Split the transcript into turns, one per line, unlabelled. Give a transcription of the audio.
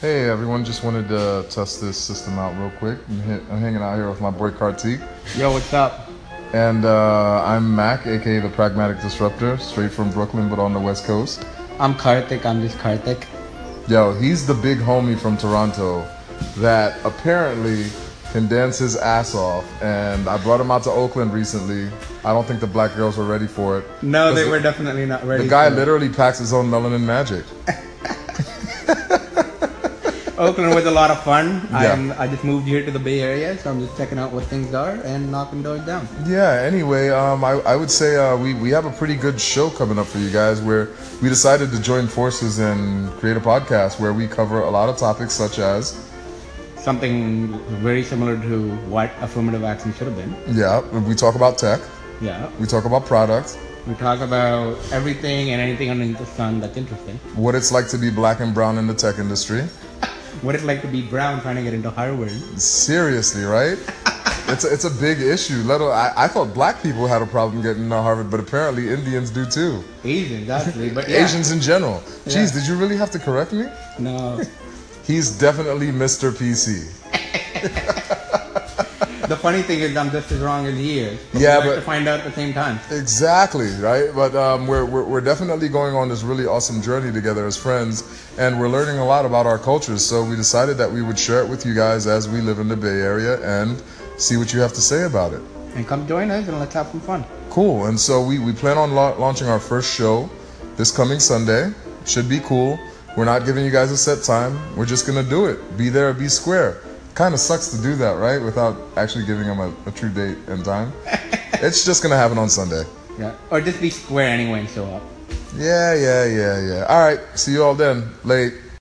Hey everyone, just wanted to test this system out real quick. I'm, hit, I'm hanging out here with my boy Kartik,
Yo, what's up?
and uh, I'm Mac, aka the Pragmatic Disruptor, straight from Brooklyn but on the West Coast.
I'm Karthik. I'm just Karthik.
Yo, he's the big homie from Toronto that apparently can dance his ass off, and I brought him out to Oakland recently. I don't think the black girls were ready for it.
No, they were definitely not ready.
The guy
for it.
literally packs his own melanin magic.
Oakland was a lot of fun.
Yeah.
I'm, I just moved here to the Bay Area, so I'm just checking out what things are and knocking doors down.
Yeah, anyway, um, I, I would say uh, we, we have a pretty good show coming up for you guys where we decided to join forces and create a podcast where we cover a lot of topics such as,
Something very similar to what affirmative action should have been.
yeah, we talk about tech,
Yeah.
we talk about product,
We talk about everything and anything underneath the sun that's interesting.
what it's like to be black and brown in the tech industry.
What it's like to be brown trying to get into Harvard.
Seriously, right? It's a, it's a big issue. Let al- I, I thought black people had a problem getting into Harvard, but apparently Indians do too.
Asians, actually. But yeah.
Asians in general. Jeez,
Yeah.
did you really have to correct me?
No.
He's definitely Mr. PC.
the funny thing is, I'm just as wrong as he is. we
Yeah,
like
but-
to find out at the same time.
Exactly, right? But um, we're, we're, we're definitely going on this really awesome journey together as friends, and we're learning a lot about our cultures. So we decided that we would share it with you guys as we live in the Bay Area and see what you have to say about it.
And come join us and let's have some fun.
Cool. And so we, we plan on lau- launching our first show this coming Sunday. Should be cool. We're not giving you guys a set time. We're just going to do it. Be there or be square. Kind of sucks to do that, right? Without actually giving them a, a true date and time. it's just going to happen on Sunday.
Yeah. Or just be square anyway and show up.
Yeah, yeah, yeah, yeah. All right. See you all then. Late.